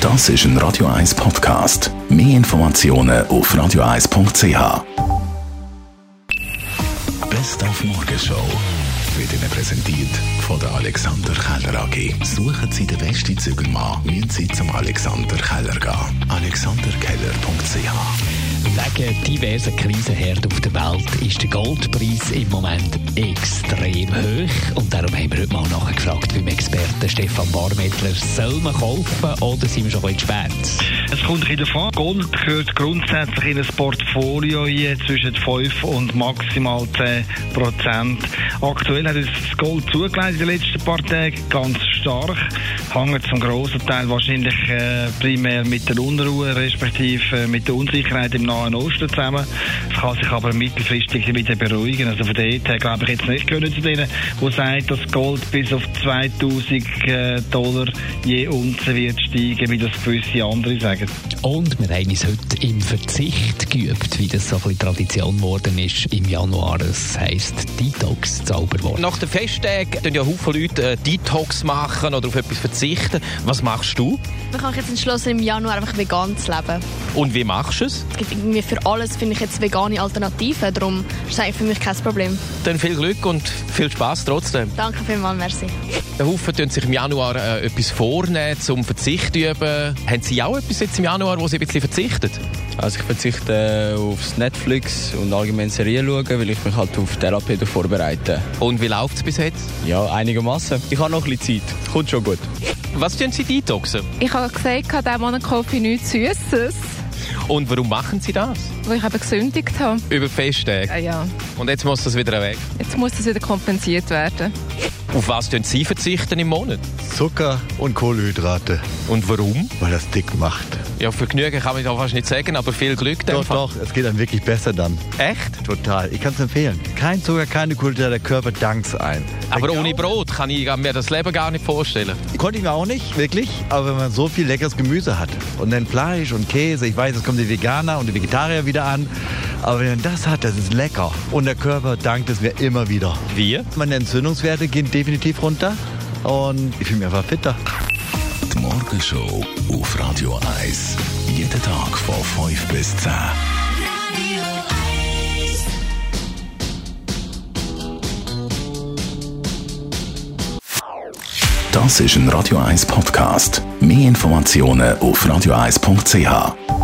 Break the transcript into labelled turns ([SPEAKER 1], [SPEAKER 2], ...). [SPEAKER 1] Das ist ein Radio 1 Podcast. Mehr Informationen auf radio1.ch. Best auf Morgenshow wird Ihnen präsentiert von der Alexander Keller AG. Suchen Sie den besten Zügelmann, müssen Sie zum Alexander Keller gehen. AlexanderKeller.ch
[SPEAKER 2] Wegen diverser Krisenherde auf der Welt ist der Goldpreis im Moment extrem hoch. Und darum haben wir heute mal nachgefragt beim Experten Stefan Barmettler, soll man kaufen oder sind wir schon ein bisschen spät?
[SPEAKER 3] Es kommt ein bisschen davon. Gold gehört grundsätzlich in ein Portfolio hier zwischen 5 und maximal 10 Prozent. Aktuell hat uns das Gold zugelegt in den letzten paar Tagen ganz stark. Hängt zum grossen Teil wahrscheinlich äh, primär mit der Unruhe respektive äh, mit der Unsicherheit im Nahen Osten zusammen. Es kann sich aber mittelfristig wieder beruhigen. Also von dort her glaube ich jetzt nicht gehören zu denen, die sagen, dass Gold bis auf 2000 äh, Dollar je Unze wird steigen, wie das gewisse andere sagen.
[SPEAKER 2] Und wir haben uns heute im Verzicht geübt, wie das so ein bisschen Tradition geworden ist im Januar. Es heisst Detox-Zauberwort.
[SPEAKER 4] Nach den Festtagen tun ja viele Leute äh, Detox machen oder auf etwas verzichten. Was machst du
[SPEAKER 5] Ich habe mich jetzt entschlossen, im Januar einfach vegan zu leben.
[SPEAKER 4] und wie machst du es?
[SPEAKER 5] Es gibt irgendwie für alles, finde ich, jetzt vegane Alternativen. Darum ist es eigentlich für mich kein Problem.
[SPEAKER 4] Dann viel Glück und viel Spaß trotzdem.
[SPEAKER 5] Danke vielmals, merci.
[SPEAKER 4] Der Haufen tun sich im Januar äh, etwas vornehmen, zum Verzicht zu üben. Haben Sie auch etwas jetzt im Januar, wo Sie ein bisschen verzichten?
[SPEAKER 6] Also ich verzichte äh, aufs Netflix und allgemein Serien schauen, weil ich mich halt auf Therapie vorbereite.
[SPEAKER 4] Und wie läuft es bis jetzt?
[SPEAKER 6] Ja, einigermaßen. Ich habe noch ein bisschen Zeit. Kommt schon gut.
[SPEAKER 4] Was tun Sie detoxen?
[SPEAKER 7] Ich habe gesagt, diesen Monat kaufe ich nichts Süßes,
[SPEAKER 4] Und warum machen Sie das?
[SPEAKER 7] weil ich eben gesündigt habe.
[SPEAKER 4] Über die Festtage.
[SPEAKER 7] Ah ja,
[SPEAKER 4] Und jetzt muss das wieder weg.
[SPEAKER 7] jetzt muss das wieder kompensiert werden.
[SPEAKER 4] Auf was tun Sie verzichten im Monat?
[SPEAKER 8] Zucker und Kohlenhydrate,
[SPEAKER 4] Und warum?
[SPEAKER 8] weil das dick macht.
[SPEAKER 4] Ja, für Genügen kann man da fast nicht sagen, aber viel Glück
[SPEAKER 8] Doch,
[SPEAKER 4] dann.
[SPEAKER 8] doch, es geht einem wirklich besser dann.
[SPEAKER 4] Echt?
[SPEAKER 8] Total, ich kann es empfehlen. Kein Zucker, keine Kohlenhydrate, der Körper dankt's ein.
[SPEAKER 4] Aber
[SPEAKER 8] Ich
[SPEAKER 4] ohne
[SPEAKER 8] glaube,
[SPEAKER 4] Brot kann ich mir das Leben gar nicht vorstellen.
[SPEAKER 8] Konnte ich mir auch nicht, wirklich. Aber wenn man so viel leckeres Gemüse hat und dann Fleisch und Käse, ich weiß, es kommen die Veganer und die Vegetarier wieder an. Aber wenn man das hat, das ist lecker. Und der Körper dankt es mir immer wieder.
[SPEAKER 4] Wie?
[SPEAKER 8] Meine Entzündungswerte gehen definitiv runter und ich fühle mich einfach fitter.
[SPEAKER 1] Die Morgenshow auf Radio 1. Jeden Tag von 5 bis 10. Das ist ein Radio 1 Podcast. Mehr Informationen auf radio1.ch.